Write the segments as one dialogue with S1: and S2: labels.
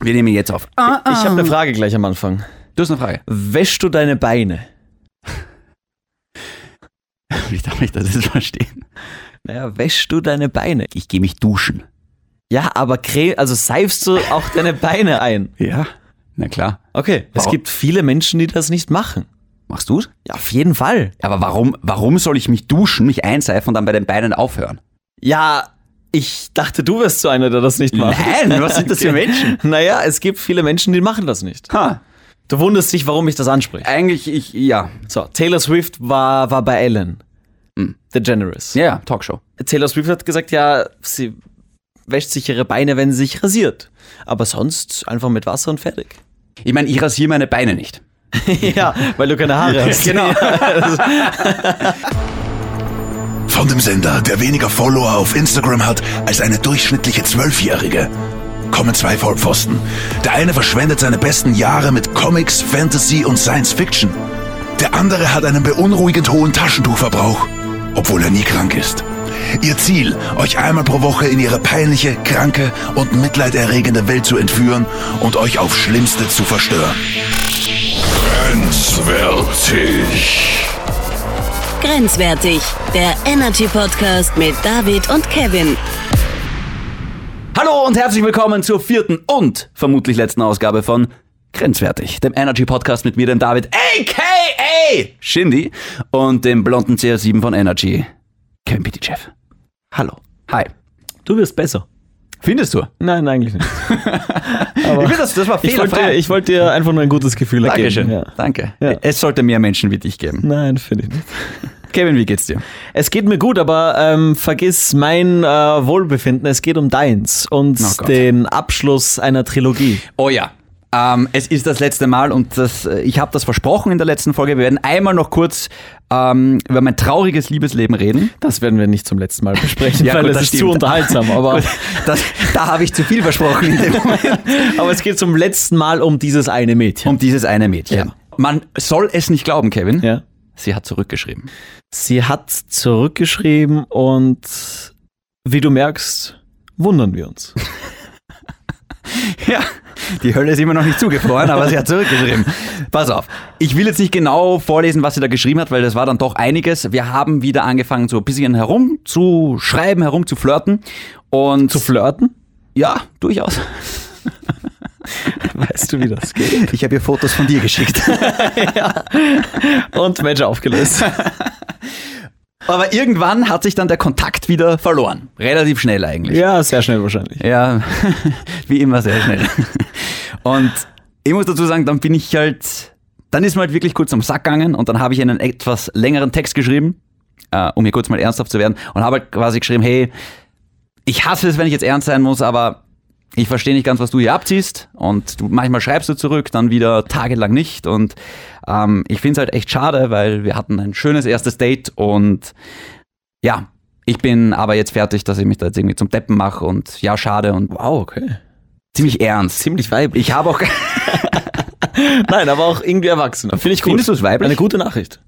S1: Wir nehmen jetzt auf. Ah,
S2: Ich habe eine Frage gleich am Anfang.
S1: Du hast eine Frage.
S2: Wäschst du deine Beine?
S1: Ich darf mich das jetzt verstehen.
S2: Naja, wäschst du deine Beine?
S1: Ich gehe mich duschen.
S2: Ja, aber Creme, also seifst du auch deine Beine ein?
S1: Ja. Na klar.
S2: Okay, es
S1: Warum?
S2: gibt viele Menschen, die das nicht machen.
S1: Machst du's?
S2: Ja, auf jeden Fall.
S1: Aber warum, warum soll ich mich duschen, mich einseifen und dann bei den Beinen aufhören?
S2: Ja, ich dachte, du wärst so einer, der das nicht macht.
S1: Nein, was sind das für Menschen?
S2: Naja, es gibt viele Menschen, die machen das nicht.
S1: Ha,
S2: Du wunderst dich, warum ich das anspreche.
S1: eigentlich, ich, ja.
S2: So, Taylor Swift war, war bei Ellen.
S1: Hm.
S2: The Generous.
S1: Ja, Talkshow.
S2: Taylor Swift hat gesagt, ja, sie wäscht sich ihre Beine, wenn sie sich rasiert. Aber sonst einfach mit Wasser und fertig.
S1: Ich meine, ich rasiere meine Beine nicht.
S2: ja, weil du keine Haare hast.
S1: Genau.
S3: Von dem Sender, der weniger Follower auf Instagram hat als eine durchschnittliche Zwölfjährige, kommen zwei Vollpfosten. Der eine verschwendet seine besten Jahre mit Comics, Fantasy und Science Fiction. Der andere hat einen beunruhigend hohen Taschentuchverbrauch, obwohl er nie krank ist. Ihr Ziel, euch einmal pro Woche in ihre peinliche, kranke und mitleiderregende Welt zu entführen und euch auf Schlimmste zu verstören. Grenzwertig.
S4: Grenzwertig, der Energy Podcast mit David und Kevin.
S1: Hallo und herzlich willkommen zur vierten und vermutlich letzten Ausgabe von Grenzwertig, dem Energy Podcast mit mir, dem David, a.k.a. Shindy und dem blonden CR7 von Energy, Kevin Pitychef.
S2: Hallo.
S1: Hi.
S2: Du wirst besser.
S1: Findest du?
S2: Nein, eigentlich nicht.
S1: ich will das, das war
S2: Ich wollte, dir-
S1: fehlerfrei.
S2: ich wollte dir einfach nur ein gutes Gefühl
S1: Dankeschön.
S2: ergeben. Ja.
S1: Danke.
S2: Ja.
S1: Es sollte mehr Menschen wie dich geben.
S2: Nein, finde ich nicht.
S1: Kevin, wie geht's dir?
S2: Es geht mir gut, aber ähm, vergiss mein äh, Wohlbefinden. Es geht um deins und
S1: Oh Gott.
S2: den Abschluss einer Trilogie.
S1: Oh ja. Ähm, es ist das letzte Mal und das, äh, ich habe das versprochen in der letzten Folge. Wir werden einmal noch kurz ähm, über mein trauriges Liebesleben reden.
S2: Das werden wir nicht zum letzten Mal besprechen,
S1: Ja,
S2: weil
S1: gut,
S2: es
S1: das
S2: ist zu
S1: stimmt.
S2: unterhaltsam. Aber,
S1: Das, da habe ich zu viel versprochen in dem Moment.
S2: aber es geht zum letzten Mal um dieses eine Mädchen.
S1: Um dieses eine Mädchen.
S2: Ja.
S1: Man soll es nicht glauben, Kevin.
S2: ja.
S1: Sie hat zurückgeschrieben.
S2: Sie hat zurückgeschrieben und wie du merkst, wundern wir uns.
S1: Ja, die Hölle ist immer noch nicht zugefroren, aber sie hat zurückgeschrieben. Pass auf, ich will jetzt nicht genau vorlesen, was sie da geschrieben hat, weil das war dann doch einiges. Wir haben wieder angefangen, so ein bisschen herum zu schreiben, herum zu flirten. Und
S2: Zu flirten?
S1: ja, durchaus.
S2: Weißt du, wie das geht?
S1: Ich habe ihr Fotos von dir geschickt.
S2: Und Match aufgelöst.
S1: Aber irgendwann hat sich dann der Kontakt wieder verloren. Relativ schnell eigentlich.
S2: Ja, sehr schnell wahrscheinlich.
S1: Ja, wie immer sehr schnell. Und ich muss dazu sagen, dann bin ich halt, dann ist mir halt wirklich kurz am Sack gegangen und dann habe ich einen etwas längeren Text geschrieben, äh, um hier kurz mal ernsthaft zu werden und habe halt quasi geschrieben, hey, ich hasse es, wenn ich jetzt ernst sein muss, aber ich verstehe nicht ganz, was du hier abziehst und du, manchmal schreibst du zurück, dann wieder tagelang nicht und ähm, ich finde es halt echt schade, weil wir hatten ein schönes erstes Date und ja, ich bin aber jetzt fertig, dass ich mich da jetzt irgendwie zum Deppen mache und ja, schade und
S2: Wow, Ah, okay.
S1: ziemlich ernst.
S2: Ziemlich weiblich.
S1: Ich habe auch.
S2: Nein, aber auch irgendwie erwachsen. Finde ich gut.
S1: Findest du es weiblich?
S2: Eine gute Nachricht.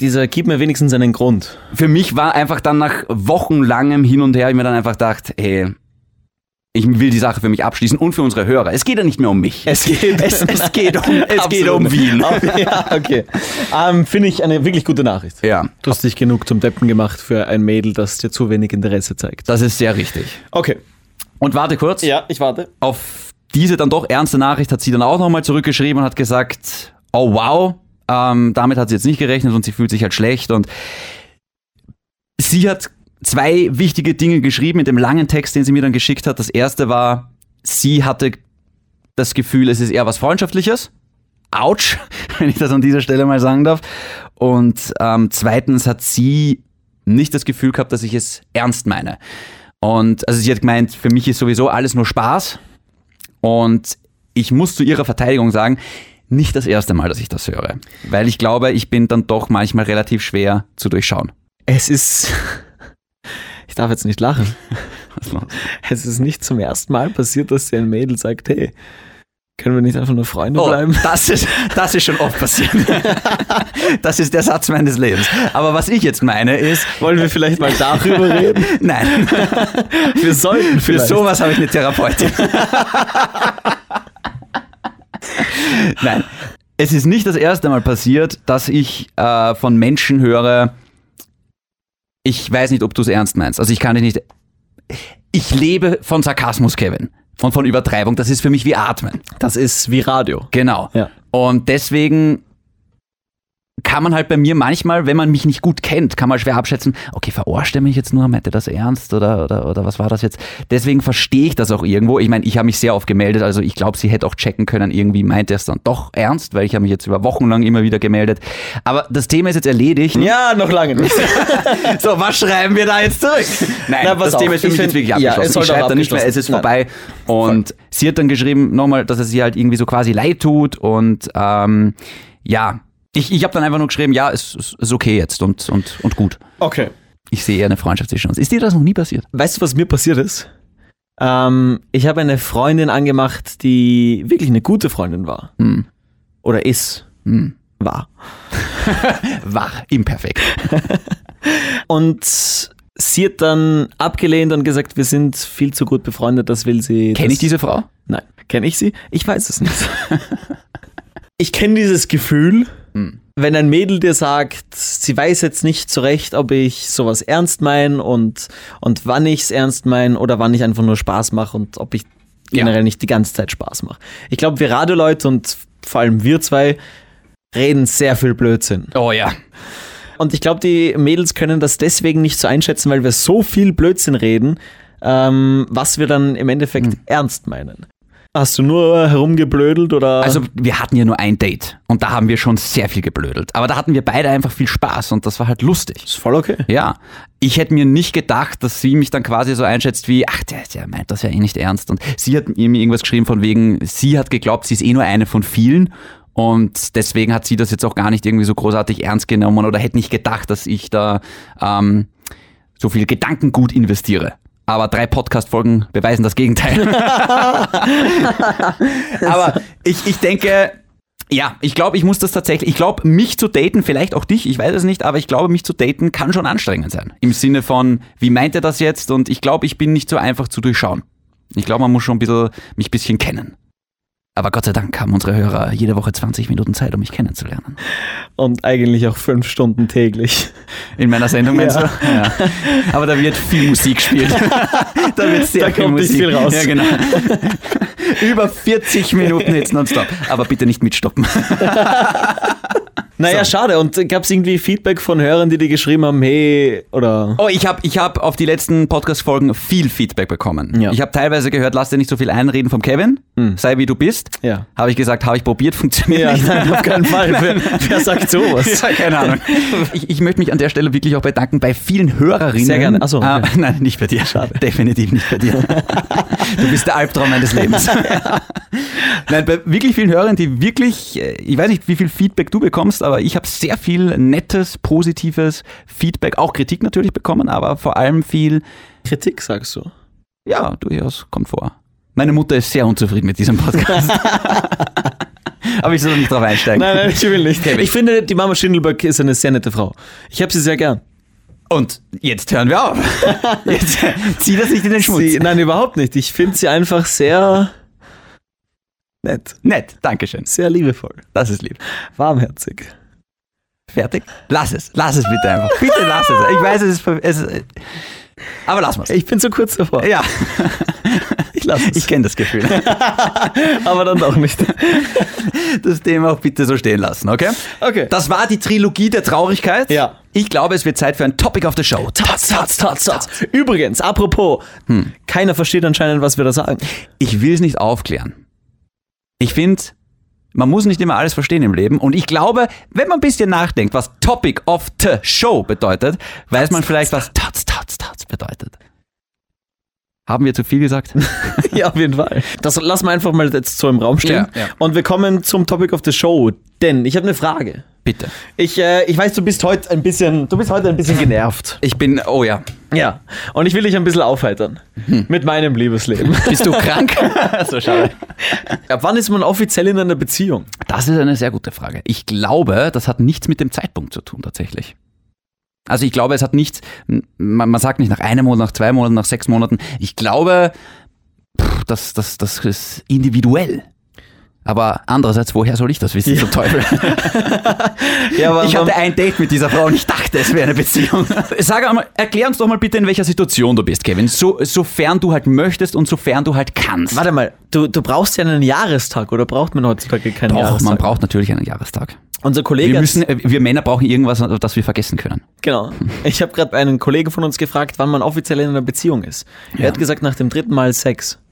S2: Dieser gibt mir wenigstens einen Grund.
S1: Für mich war einfach dann nach wochenlangem Hin und Her, hab ich mir dann einfach gedacht, ey, ich will die Sache für mich abschließen und für unsere Hörer. Es geht ja nicht mehr um mich.
S2: Es geht,
S1: Es- es geht um- es geht um Wien.
S2: ja, okay. Ähm, Finde ich eine wirklich gute Nachricht.
S1: Ja.
S2: Du hast dich genug zum Deppen gemacht für ein Mädel, das dir zu wenig Interesse zeigt.
S1: Das ist sehr richtig.
S2: Okay.
S1: Und warte kurz.
S2: Ja, ich warte.
S1: Auf diese dann doch ernste Nachricht hat sie dann auch nochmal zurückgeschrieben und hat gesagt, oh wow, ähm, damit hat sie jetzt nicht gerechnet und sie fühlt sich halt schlecht und sie hat zwei wichtige Dinge geschrieben in dem langen Text, den sie mir dann geschickt hat. Das erste war, sie hatte das Gefühl, es ist eher was Freundschaftliches. Autsch, wenn ich das an dieser Stelle mal sagen darf. Und ähm, zweitens hat sie nicht das Gefühl gehabt, dass ich es ernst meine. Und also sie hat gemeint, für mich ist sowieso alles nur Spaß. Und ich muss zu ihrer Verteidigung sagen, nicht das erste Mal, dass ich das höre. Weil ich glaube, ich bin dann doch manchmal relativ schwer zu durchschauen.
S2: Es ist. Ich darf jetzt nicht lachen. Es ist nicht zum ersten Mal passiert, dass dir ein Mädel sagt, hey, können wir nicht einfach nur Freunde
S1: Oh,
S2: bleiben?
S1: das, ist, das ist schon oft passiert. Das ist der Satz meines Lebens. Aber was ich jetzt meine ist,
S2: Wollen wir vielleicht mal darüber reden?
S1: nein,
S2: Wir sollten
S1: für sowas habe ich eine Therapeutin. Nein. Es ist nicht das erste Mal passiert, dass ich äh, von Menschen höre, ich weiß nicht, ob du es ernst meinst. Also ich kann dich nicht. Ich lebe von Sarkasmus, Kevin. Und von Übertreibung. Das ist für mich wie Atmen.
S2: Das ist wie Radio.
S1: Genau.
S2: Ja.
S1: Und deswegen kann man halt bei mir manchmal, wenn man mich nicht gut kennt, kann man schwer abschätzen, okay, verarscht er mich jetzt nur, meint er das ernst oder, oder, oder was war das jetzt? Deswegen verstehe ich das auch irgendwo. Ich meine, ich habe mich sehr oft gemeldet, also ich glaube, sie hätte auch checken können, irgendwie meint er es dann doch ernst, weil ich habe mich jetzt über Wochen lang immer wieder gemeldet. Aber das Thema ist jetzt erledigt.
S2: Ja, noch lange nicht.
S1: So, was schreiben wir da jetzt zurück? Nein,
S2: Na, pass
S1: das
S2: auf,
S1: Thema ist für
S2: ich
S1: mich
S2: find-
S1: jetzt wirklich
S2: ja,
S1: abgeschlossen.
S2: es soll
S1: ich
S2: doch
S1: schreibe da nicht mehr, es ist vorbei.
S2: abgeschlossen-
S1: Und sie hat dann geschrieben, nochmal, dass es ihr halt irgendwie so quasi leid tut und ähm, ja. Ich, ich habe dann einfach nur geschrieben, ja, es ist, ist okay jetzt und, und, und gut.
S2: Okay.
S1: Ich sehe eher eine Freundschaft zwischen uns. Ist dir das noch nie passiert?
S2: Weißt du, was mir passiert ist? Ähm, ich habe eine Freundin angemacht, die wirklich eine gute Freundin war.
S1: Hm.
S2: Oder ist.
S1: Hm.
S2: War.
S1: Wach, imperfekt.
S2: Und sie hat dann abgelehnt und gesagt, wir sind viel zu gut befreundet, das will sie.
S1: Kenne
S2: das-
S1: ich diese Frau?
S2: Nein. Kenne ich sie? Ich weiß es nicht. ich kenne dieses Gefühl, wenn ein Mädel dir sagt, sie weiß jetzt nicht zurecht, ob ich sowas ernst meine und, und wann ich es ernst meine oder wann ich einfach nur Spaß mache und ob ich generell nicht die ganze Zeit Spaß mache. Ich glaube, wir Radioleute und vor allem wir zwei reden sehr viel Blödsinn.
S1: Oh ja.
S2: Und ich glaube, die Mädels können das deswegen nicht so einschätzen, weil wir so viel Blödsinn reden, ähm, was wir dann im Endeffekt ernst meinen. Hast du nur herumgeblödelt oder?
S1: Also wir hatten ja nur ein Date und da haben wir schon sehr viel geblödelt. Aber da hatten wir beide einfach viel Spaß und das war halt lustig.
S2: ist voll okay.
S1: Ja, ich hätte mir nicht gedacht, dass sie mich dann quasi so einschätzt wie, ach, der, der meint das ja eh nicht ernst. Und sie hat mir irgendwas geschrieben von wegen, sie hat geglaubt, sie ist eh nur eine von vielen. Und deswegen hat sie das jetzt auch gar nicht irgendwie so großartig ernst genommen oder hätte nicht gedacht, dass ich da ähm, so viel Gedankengut investiere. Aber drei Podcast-Folgen beweisen das Gegenteil. Aber ich, ich denke, ja, ich glaube, ich muss das tatsächlich, ich glaube, mich zu daten, vielleicht auch dich, ich weiß es nicht, aber ich glaube, mich zu daten kann schon anstrengend sein. Im Sinne von, wie meint er das jetzt? Und ich glaube, ich bin nicht so einfach zu durchschauen. Ich glaube, man muss schon ein bisschen, mich ein bisschen kennen. Aber Gott sei Dank haben unsere Hörer jede Woche 20 Minuten Zeit, um mich kennenzulernen.
S2: Und eigentlich auch fünf Stunden täglich.
S1: In meiner Sendung, meinst
S2: Ja.
S1: du? Ja. Aber da wird viel Musik gespielt. da wird sehr
S2: Da kommt nicht viel raus.
S1: Ja, genau. Über 40 Minuten jetzt nonstop. Aber bitte nicht mitstoppen.
S2: Naja, schade. Und gab es irgendwie Feedback von Hörern, die dir geschrieben haben, hey, oder?
S1: Oh, ich habe ich hab auf die letzten Podcast-Folgen viel Feedback bekommen.
S2: Ja.
S1: Ich habe teilweise gehört, lass dir nicht so viel einreden vom Kevin, sei wie du bist.
S2: Ja.
S1: Habe ich gesagt, habe ich probiert, funktioniert
S2: Ja,
S1: nicht.
S2: nein, auf keinen Fall. Wer, wer sagt sowas?
S1: Ja, keine Ahnung. Ich, ich möchte mich an der Stelle wirklich auch bedanken bei vielen Hörerinnen.
S2: Sehr gerne. Ach so,
S1: Ah,
S2: okay.
S1: nein, nicht bei dir. Schade. Definitiv nicht bei dir. Du bist der Albtraum meines Lebens. nein, bei wirklich vielen Hörern, die wirklich, äh, ich weiß nicht, wie viel Feedback du bekommst, aber ich habe sehr viel nettes, positives Feedback, auch Kritik natürlich bekommen, aber vor allem viel,
S2: Kritik sagst du.
S1: ja, durchaus kommt vor. Meine Mutter ist sehr unzufrieden mit diesem Podcast. aber ich soll nicht drauf einsteigen.
S2: Nein, nein, ich will nicht.
S1: Kevin.
S2: Ich finde, die Mama Schindelböck ist eine sehr nette Frau. Ich habe sie sehr gern.
S1: Und jetzt hören wir auf. Jetzt, zieh das nicht in den Schmutz.
S2: Sie, nein, überhaupt nicht. Ich finde sie einfach sehr nett,
S1: Nett, Dankeschön.
S2: sehr liebevoll,
S1: Das ist lieb.
S2: warmherzig.
S1: Fertig? Lass es. Lass es bitte einfach. Bitte lass es. Ich weiß, es ist. ver- Es ist aber lass mal.
S2: Ich bin so kurz davor.
S1: Ja,
S2: Ich lasse es.
S1: ich kenne das Gefühl.
S2: aber dann doch nicht.
S1: Das Thema auch bitte so stehen lassen, okay?
S2: Okay.
S1: Das war die Trilogie der Traurigkeit.
S2: Ja.
S1: Ich glaube, es wird Zeit für ein Topic of the Show.
S2: Tatz, tatz, tatz, tatz. Übrigens, apropos, hm, keiner versteht anscheinend, was wir da sagen.
S1: Ich will es nicht aufklären. Ich finde, man muss nicht immer alles verstehen im Leben. Und ich glaube, wenn man ein bisschen nachdenkt, was Topic of the Show bedeutet, weiß man vielleicht, was Tots, Tots, Tots bedeutet. Haben wir zu viel gesagt?
S2: ja, auf jeden Fall. Das lassen wir einfach mal jetzt so im Raum stehen.
S1: Ja, ja.
S2: Und wir kommen zum Topic of the Show. Denn ich habe eine Frage.
S1: Bitte.
S2: Ich, äh, ich weiß, du bist heute ein bisschen, du bist heute ein bisschen genervt.
S1: Ich bin, oh ja.
S2: Ja. Hm. Und ich will dich ein bisschen aufheitern. Mit meinem Liebesleben.
S1: Bist du krank? so schade.
S2: Ab wann ist man offiziell in einer Beziehung?
S1: Das ist eine sehr gute Frage. Ich glaube, das hat nichts mit dem Zeitpunkt zu tun, tatsächlich. Also ich glaube, es hat nichts, m- man, man sagt nicht nach einem Monat, nach zwei Monaten, nach sechs Monaten. Ich glaube, pff, das, das, das ist individuell. Aber andererseits, woher soll ich das wissen zum Teufel?
S2: Ja, aber
S1: Ich
S2: man-
S1: hatte ein Date mit dieser Frau und ich dachte, es wäre eine Beziehung. Sag einmal, erklär uns doch mal bitte, in welcher Situation du bist, Kevin. So, sofern du halt möchtest und sofern du halt kannst.
S2: Warte mal, du, du brauchst ja einen Jahrestag oder braucht man heutzutage keinen
S1: Doch,
S2: Jahrestag?
S1: man braucht natürlich einen Jahrestag.
S2: Unser Kollege
S1: Wir,
S2: hat-
S1: müssen, äh, wir Männer brauchen irgendwas, das wir vergessen können.
S2: Genau. Ich habe gerade einen Kollegen von uns gefragt, wann man offiziell in einer Beziehung ist. Er hat gesagt, nach dem dritten Mal Sex.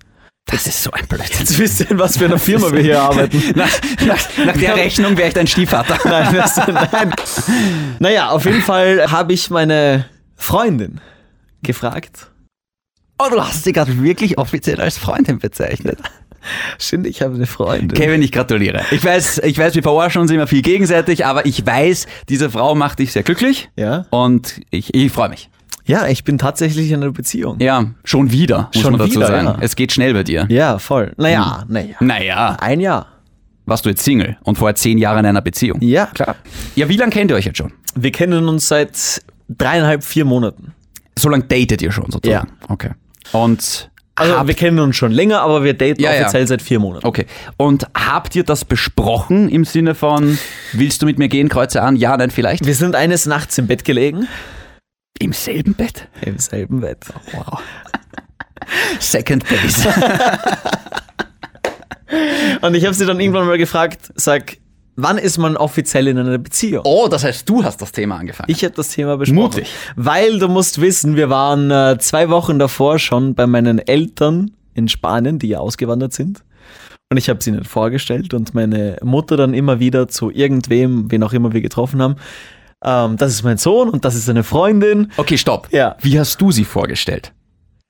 S1: Das ist so ein Blödsinn.
S2: Jetzt wisst ihr, in was für einer Firma wir hier arbeiten.
S1: Nach, nach, nach der Rechnung wäre ich dein Stiefvater.
S2: Nein, das, nein. Naja, auf jeden Fall habe ich meine Freundin gefragt.
S1: Oh, du hast sie gerade wirklich offiziell als Freundin bezeichnet.
S2: Stimmt, ich habe eine Freundin.
S1: Kevin, ich gratuliere. Ich weiß, ich weiß, wir verarschen uns immer viel gegenseitig, aber ich weiß, diese Frau macht dich sehr glücklich.
S2: Ja?
S1: Und ich, ich freue mich.
S2: Ja, ich bin tatsächlich in einer Beziehung.
S1: Ja, schon wieder, muss
S2: Schon
S1: man dazu
S2: wieder,
S1: sagen.
S2: ja.
S1: Es geht schnell bei dir.
S2: Ja, voll. Hm. Naja, naja.
S1: Naja,
S2: Ein Jahr.
S1: warst du jetzt Single und vorher zehn Jahre in einer Beziehung.
S2: Ja, klar.
S1: Ja, wie lange kennt ihr euch jetzt schon?
S2: Wir kennen uns seit dreieinhalb, vier Monaten.
S1: So lange datet ihr schon sozusagen?
S2: Ja.
S1: Okay. Und
S2: Also wir kennen uns schon länger, aber wir daten
S1: Ja, ja.
S2: offiziell seit vier Monaten.
S1: Okay. Und habt ihr das besprochen im Sinne von, willst du mit mir gehen, kreuze an? Ja, nein, vielleicht?
S2: Wir sind eines Nachts im Bett gelegen.
S1: Im selben Bett?
S2: Im selben Bett.
S1: Wow. Second Base.
S2: Und ich habe sie dann irgendwann mal gefragt, sag, wann ist man offiziell in einer Beziehung?
S1: Oh, das heißt, du hast das Thema angefangen.
S2: Ich habe das Thema besprochen.
S1: Mutig.
S2: Weil du musst wissen, wir waren äh, zwei Wochen davor schon bei meinen Eltern in Spanien, die ja ausgewandert sind. Und ich habe es ihnen vorgestellt und meine Mutter dann immer wieder zu irgendwem, wen auch immer wir getroffen haben, ähm, das ist mein Sohn und das ist seine Freundin.
S1: okay, stopp.
S2: Ja.
S1: Wie hast du sie vorgestellt?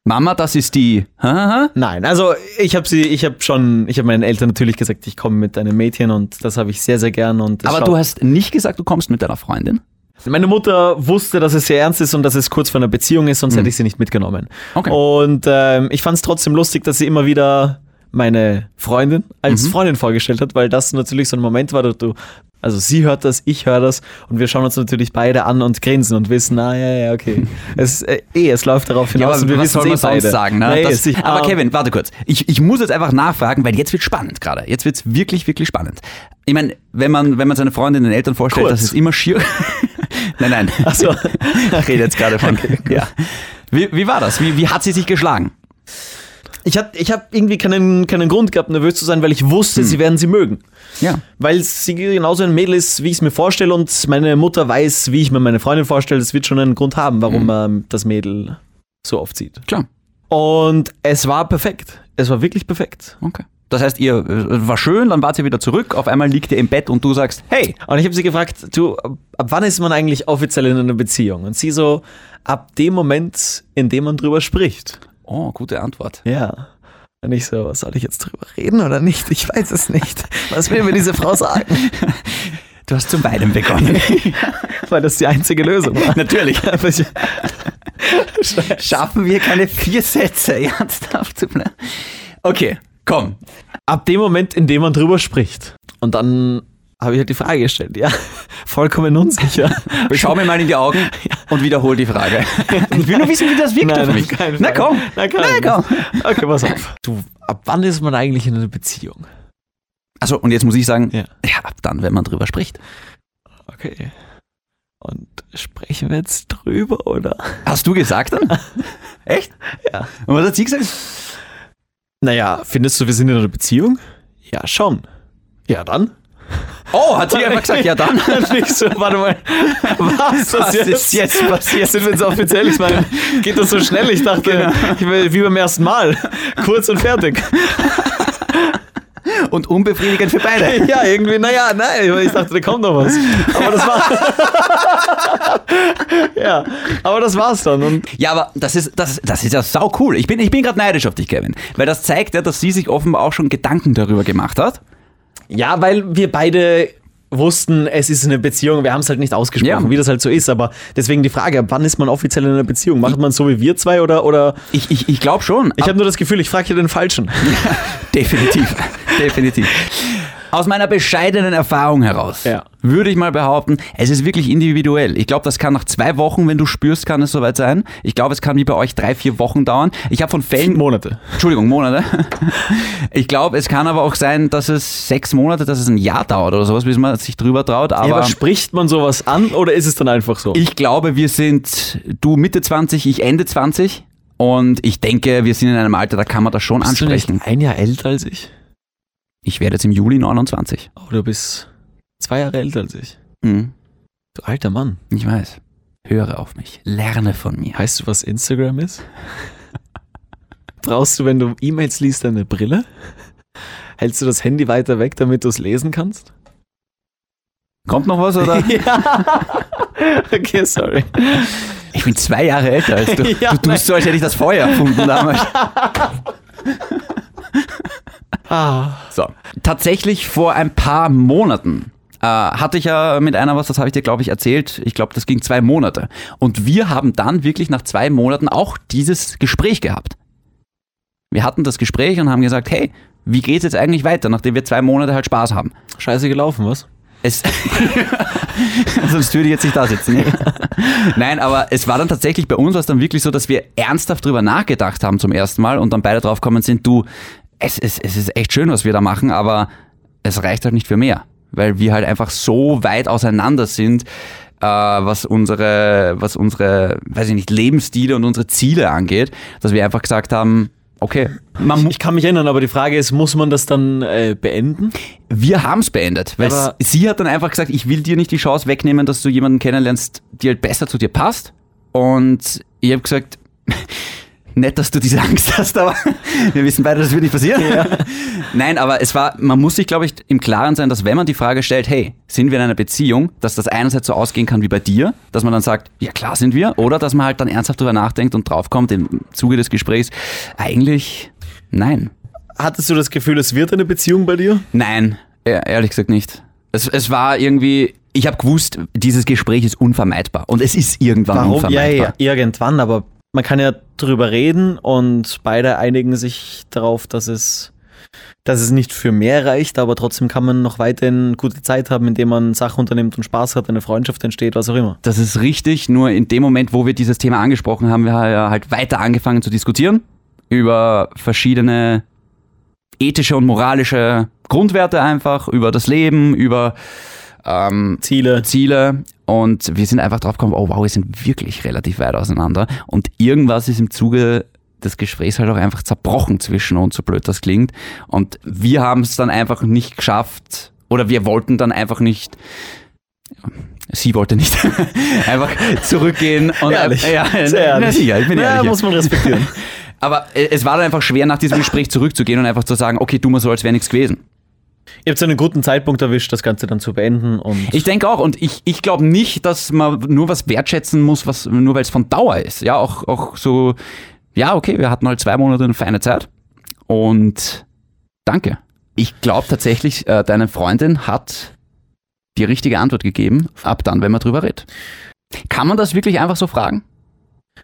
S1: Mama, das ist die. Haha.
S2: Nein, also ich habe sie, ich habe schon, ich habe meinen Eltern natürlich gesagt, ich komme mit einem Mädchen und das habe ich sehr, sehr gern. Und das
S1: Aber
S2: schaut-
S1: du hast nicht gesagt, du kommst mit deiner Freundin.
S2: Meine Mutter wusste, dass es sehr ernst ist und dass es kurz vor einer Beziehung ist, sonst hätte ich sie nicht mitgenommen.
S1: Mhm. Okay.
S2: Und ähm, ich fand es trotzdem lustig, dass sie immer wieder meine Freundin
S1: Mhm.
S2: als Freundin vorgestellt hat, weil das natürlich so ein Moment war, dass du, also sie hört das, ich höre das und wir schauen uns natürlich beide an und grinsen und wissen, ah ja, ja, okay. es, äh, eh, es läuft darauf hinaus und wir
S1: was
S2: wissen
S1: soll
S2: eh
S1: man sonst
S2: beide.
S1: sagen? Ne?
S2: Nee,
S1: das,
S2: es ist-
S1: aber
S2: ähm,
S1: Kevin, warte kurz. Ich, ich muss jetzt einfach nachfragen, weil jetzt wird spannend gerade. Jetzt wird's wirklich, wirklich spannend. Ich meine, wenn man, wenn man seine Freundin den Eltern vorstellt,
S2: Kurz.
S1: das ist immer schier. nein, nein.
S2: Ach so.
S1: Ich rede jetzt gerade von. ja. wie, wie war das? Wie, wie hat sie sich geschlagen?
S2: Ich habe ich hab irgendwie keinen, keinen Grund gehabt, nervös zu sein, weil ich wusste,
S1: Mhm.
S2: sie werden sie mögen.
S1: Ja.
S2: Weil sie genauso ein Mädel ist, wie ich es mir vorstelle und meine Mutter weiß, wie ich mir meine Freundin vorstelle. Es wird schon einen Grund haben, warum man das Mädel so oft sieht.
S1: Klar.
S2: Und es war perfekt. Es war wirklich perfekt.
S1: Okay. Das heißt, ihr äh, war schön, dann wart ihr wieder zurück, auf einmal liegt ihr im Bett und du sagst, hey,
S2: Und ich habe sie gefragt, du, ab ab wann ist man eigentlich offiziell in einer Beziehung? Und sie so, ab dem Moment, in dem man drüber spricht.
S1: oh, gute Antwort.
S2: Ja. Und ich so, soll ich jetzt drüber reden oder nicht? Ich weiß es nicht. Was will mir diese Frau sagen?
S1: Du hast zum Weinen begonnen.
S2: Weil das die einzige Lösung war.
S1: Natürlich.
S2: Aber ich-
S1: Schaffen wir keine vier Sätze ernsthaft zu bleiben. Okay, komm.
S2: ab dem Moment, in dem man drüber spricht. Und dann habe ich halt die Frage gestellt, ja. Vollkommen unsicher.
S1: Schau mir mal in die Augen und wiederhol die Frage. Ich will nur wissen, wie das wirkt auf mich.
S2: kein
S1: Na
S2: Fall.
S1: komm.
S2: Na komm.
S1: Na komm.
S2: Okay, pass auf. Du, ab wann ist man eigentlich in einer Beziehung?
S1: Also, und jetzt muss ich sagen, ja.
S2: Ja.
S1: ab dann, wenn man drüber spricht.
S2: Okay. Und sprechen wir jetzt drüber, oder?
S1: Hast du gesagt dann? Echt?
S2: Ja.
S1: Und was hat sie gesagt?
S2: Naja, findest du, wir sind in einer Beziehung? Ja, schon. Ja, dann?
S1: Oh, hat sie einfach gesagt, ja dann.
S2: Und ich so, warte mal, was, ist das
S1: Was
S2: jetzt?
S1: ist jetzt
S2: passiert? Sind wir jetzt offiziell? Ich meine, geht das so schnell? Ich dachte, ich will, wie beim ersten Mal. Kurz und fertig.
S1: Und unbefriedigend für beide.
S2: Ja, irgendwie, naja, nein, ich dachte, da kommt noch was. Aber das war. ja, aber das war's dann. Und
S1: Ja, aber das ist, das, das ist ja sau cool. Ich bin, ich bin gerade neidisch auf dich, Kevin. Weil das zeigt ja, dass sie sich offenbar auch schon Gedanken darüber gemacht hat.
S2: ja, weil wir beide wussten, es ist eine Beziehung, wir haben es halt nicht ausgesprochen,
S1: Ja.
S2: wie das halt so ist, aber deswegen die Frage, ab wann ist man offiziell in einer Beziehung? Macht man so wie wir zwei oder, oder
S1: Ich, ich, ich glaube schon.
S2: ich habe nur das Gefühl, ich frage hier den Falschen.
S1: Definitiv, definitiv. aus meiner bescheidenen Erfahrung heraus
S2: Ja.
S1: würde ich mal behaupten, es ist wirklich individuell. Ich glaube, das kann nach zwei Wochen, wenn du spürst, kann es soweit sein. Ich glaube, es kann wie bei euch drei, vier Wochen dauern. Ich habe von Fällen
S2: Monate.
S1: Entschuldigung, Monate. Ich glaube, es kann aber auch sein, dass es sechs Monate, dass es ein Jahr dauert oder sowas, bis man sich drüber traut.
S2: Aber,
S1: Aber,
S2: spricht man sowas an oder ist es dann einfach so?
S1: ich glaube, wir sind du Mitte 20, ich Ende 20. Und ich denke, wir sind in einem Alter, da kann man das schon
S2: Bist du nicht
S1: ansprechen.
S2: ein Jahr älter als ich?
S1: Ich werde jetzt im Juli 29.
S2: Oh, du bist zwei Jahre älter als ich.
S1: Hm,
S2: Du alter Mann.
S1: ich weiß. Höre auf mich. Lerne von mir.
S2: Weißt du, was Instagram ist? Brauchst du, wenn du E-Mails liest, eine Brille? Hältst du das Handy weiter weg, damit du es lesen kannst?
S1: Kommt noch was, oder?
S2: Okay, sorry.
S1: Ich bin zwei Jahre älter als du.
S2: Ja,
S1: du tust
S2: nein.
S1: so, als hätte ich das Feuer erfunden damals.
S2: Ah,
S1: So. Tatsächlich vor ein paar Monaten äh, hatte ich ja mit einer was, das habe ich dir, glaube ich, erzählt. Ich glaube, das ging zwei Monate. Und wir haben dann wirklich nach zwei Monaten auch dieses Gespräch gehabt. Wir hatten das Gespräch und haben gesagt, hey, wie geht's jetzt eigentlich weiter, nachdem wir zwei Monate halt Spaß haben?
S2: scheiße gelaufen, was?
S1: Es Sonst würde ich jetzt nicht da sitzen. ne? Nein, aber es war dann tatsächlich bei uns was dann wirklich so, dass wir ernsthaft drüber nachgedacht haben zum ersten Mal und dann beide drauf gekommen sind, du, es ist, es ist echt schön, was wir da machen, aber es reicht halt nicht für mehr. Weil wir halt einfach so weit auseinander sind, äh, was unsere, was unsere, weiß ich nicht, Lebensstile und unsere Ziele angeht, dass wir einfach gesagt haben, okay, man, mu-
S2: Ich kann mich erinnern, aber die Frage ist, muss man das dann äh, beenden?
S1: wir haben es beendet. Weil
S2: Aber-
S1: s- sie hat dann einfach gesagt, ich will dir nicht die Chance wegnehmen, dass du jemanden kennenlernst, der halt besser zu dir passt. Und ich habe gesagt, nett, dass du diese Angst hast, aber wir wissen beide, das wird nicht passieren. Nein, aber es war, man muss sich, glaube ich, im Klaren sein, dass wenn man die Frage stellt, hey, sind wir in einer Beziehung, dass das einerseits so ausgehen kann wie bei dir, dass man dann sagt, ja klar sind wir, oder dass man halt dann ernsthaft drüber nachdenkt und draufkommt im Zuge des Gesprächs, eigentlich nein.
S2: Hattest du das Gefühl, es wird eine Beziehung bei dir?
S1: Nein, e- ehrlich gesagt nicht. Es, es war irgendwie, ich habe gewusst, dieses Gespräch ist unvermeidbar und es ist irgendwann
S2: Ja,
S1: unvermeidbar.
S2: ja, irgendwann, aber man kann ja drüber reden und beide einigen sich darauf, dass es, dass es nicht für mehr reicht, aber trotzdem kann man noch weiterhin gute Zeit haben, indem man Sachen unternimmt und Spaß hat, eine Freundschaft entsteht, was auch immer.
S1: Das ist richtig, nur in dem Moment, wo wir dieses Thema angesprochen haben, wir haben halt weiter angefangen zu diskutieren über verschiedene ethische und moralische Grundwerte einfach, über das Leben, über ähm,
S2: Ziele.
S1: Ziele und wir sind einfach drauf gekommen, oh wow, wir sind wirklich relativ weit auseinander und irgendwas ist im Zuge des Gesprächs halt auch einfach zerbrochen zwischen uns, so blöd das klingt und wir haben es dann einfach nicht geschafft oder wir wollten dann einfach nicht Sie wollte nicht einfach zurückgehen und
S2: Ehrlich.
S1: ja,
S2: Sehr
S1: Na,
S2: ehrlich.
S1: sicher, ich bin
S2: ja,
S1: ehrlich.
S2: muss man respektieren.
S1: Aber äh, es war dann einfach schwer, nach diesem Gespräch zurückzugehen und einfach zu sagen, okay, du mal so, als wäre nichts gewesen.
S2: Ihr habt einen guten Zeitpunkt erwischt, das Ganze dann zu beenden und
S1: Ich denke auch und ich, ich glaube nicht, dass man nur was wertschätzen muss, was nur weil es von Dauer ist. Ja, auch, auch so, ja, okay, wir hatten halt zwei Monate eine feine Zeit und danke. Ich glaube tatsächlich, äh, deine Freundin hat die richtige Antwort gegeben, ab dann, wenn man drüber redet. Kann man das wirklich einfach so fragen?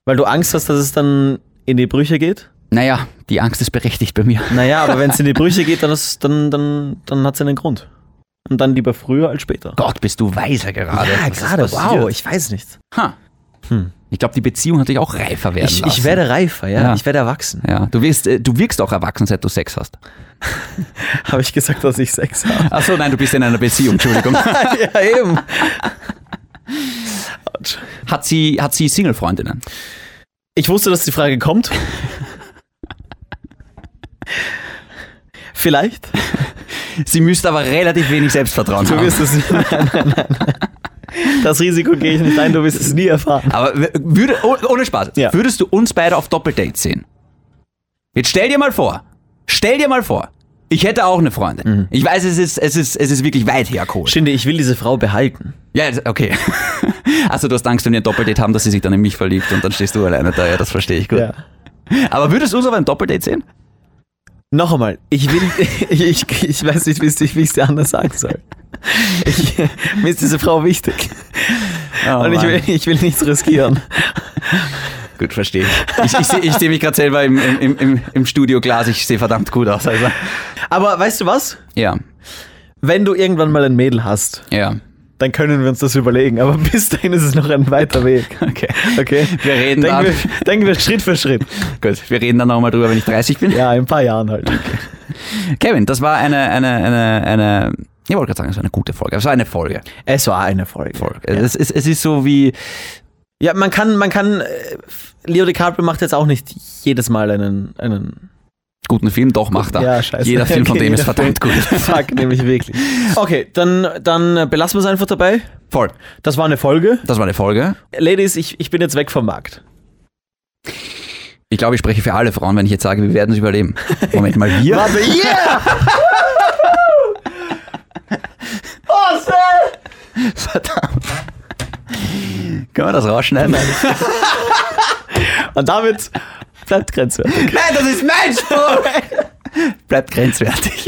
S2: weil du Angst hast, dass es dann in die Brüche geht?
S1: Naja, die Angst ist berechtigt bei mir.
S2: Naja, aber wenn es in die Brüche geht, dann, ist- dann, dann, dann hat es einen Grund. Und dann lieber früher als später.
S1: Gott, bist du weiser gerade.
S2: Ja,
S1: Was ist
S2: Ah, gerade,
S1: passiert?
S2: wow, ich weiß nicht.
S1: Ha.
S2: Hm.
S1: Ich glaube, die Beziehung hat dich auch reifer werden
S2: Ich,
S1: lassen.
S2: ich werde reifer, ja.
S1: Ja.
S2: Ich werde erwachsen.
S1: Ja, du wirkst, äh, du wirkst auch erwachsen, seit du Sex hast.
S2: Habe ich gesagt, dass ich Sex habe?
S1: Achso, nein, du bist in einer Beziehung, Entschuldigung.
S2: ja, eben.
S1: Hat sie, hat sie Single-Freundinnen?
S2: Ich wusste, dass die Frage kommt. Vielleicht.
S1: Sie müsste aber relativ wenig Selbstvertrauen
S2: Du wirst es nicht. Nein, nein, nein. Das Risiko gehe ich nicht ein, du wirst es nie erfahren.
S1: Aber w- würde, oh- ohne Spaß,
S2: Ja.
S1: würdest du uns beide auf Doppeldates sehen? Jetzt stell dir mal vor, stell dir mal vor, ich hätte auch eine Freundin. Ich weiß, es ist, es ist, es ist wirklich weit her, Kohl.
S2: Schinde, ich will diese Frau behalten.
S1: Ja, das- okay. Also du hast Angst, wenn wir ein Doppeldate haben, dass sie sich dann in mich verliebt und dann stehst du alleine da. Ja, das verstehe ich gut. Aber würdest du uns auf ein Doppeldate sehen?
S2: Noch einmal, ich will, ich, ich, ich weiß nicht, wie ich es- wie ich es dir anders sagen soll. Ich, mir ist diese Frau wichtig
S1: Oh,
S2: und ich will, ich will nichts riskieren.
S1: Gut, verstehe ich. Ich, ich sehe ich seh mich gerade selber im, im, im- im, im Studio Glas, ich sehe verdammt gut aus. Also.
S2: Aber weißt du was?
S1: Ja,
S2: wenn du irgendwann mal ein Mädel hast,
S1: Ja.
S2: dann können wir uns das überlegen. Aber bis dahin ist es noch ein weiter Weg.
S1: Okay.
S2: Okay?
S1: Wir reden
S2: denken
S1: dann.
S2: wir, denken wir Schritt für Schritt.
S1: Gut, wir reden dann nochmal drüber, wenn ich 30 bin.
S2: Ja, in ein paar Jahren halt.
S1: Kevin, das war eine, eine, eine, eine, ich wollte gerade sagen, es war eine gute Folge. aber Es war eine Folge.
S2: Es war eine Folge.
S1: Folge. Es, ist, es ist so wie,
S2: Ja, man kann, man kann, äh, Leo DiCaprio macht jetzt auch nicht jedes Mal einen, einen
S1: guten Film, doch macht er.
S2: Ja, scheiße.
S1: Jeder Film von
S2: Okay,
S1: dem ist
S2: jeder
S1: verdammt
S2: Film.
S1: gut.
S2: Fuck, nämlich wirklich. Okay, dann, dann belassen wir es einfach dabei.
S1: Voll.
S2: Das war eine Folge.
S1: Das war eine Folge.
S2: Ladies, ich, ich bin jetzt weg vom Markt.
S1: Ich glaube, ich spreche für alle Frauen, wenn ich jetzt sage, wir werden es überleben. Moment mal, wir?
S2: Warte, yeah! Awesome!
S1: Verdammt. Können wir das rausschneiden? Nein,
S2: Und damit bleibt grenzwertig.
S1: das ist mein Spruch! Bleibt grenzwertig.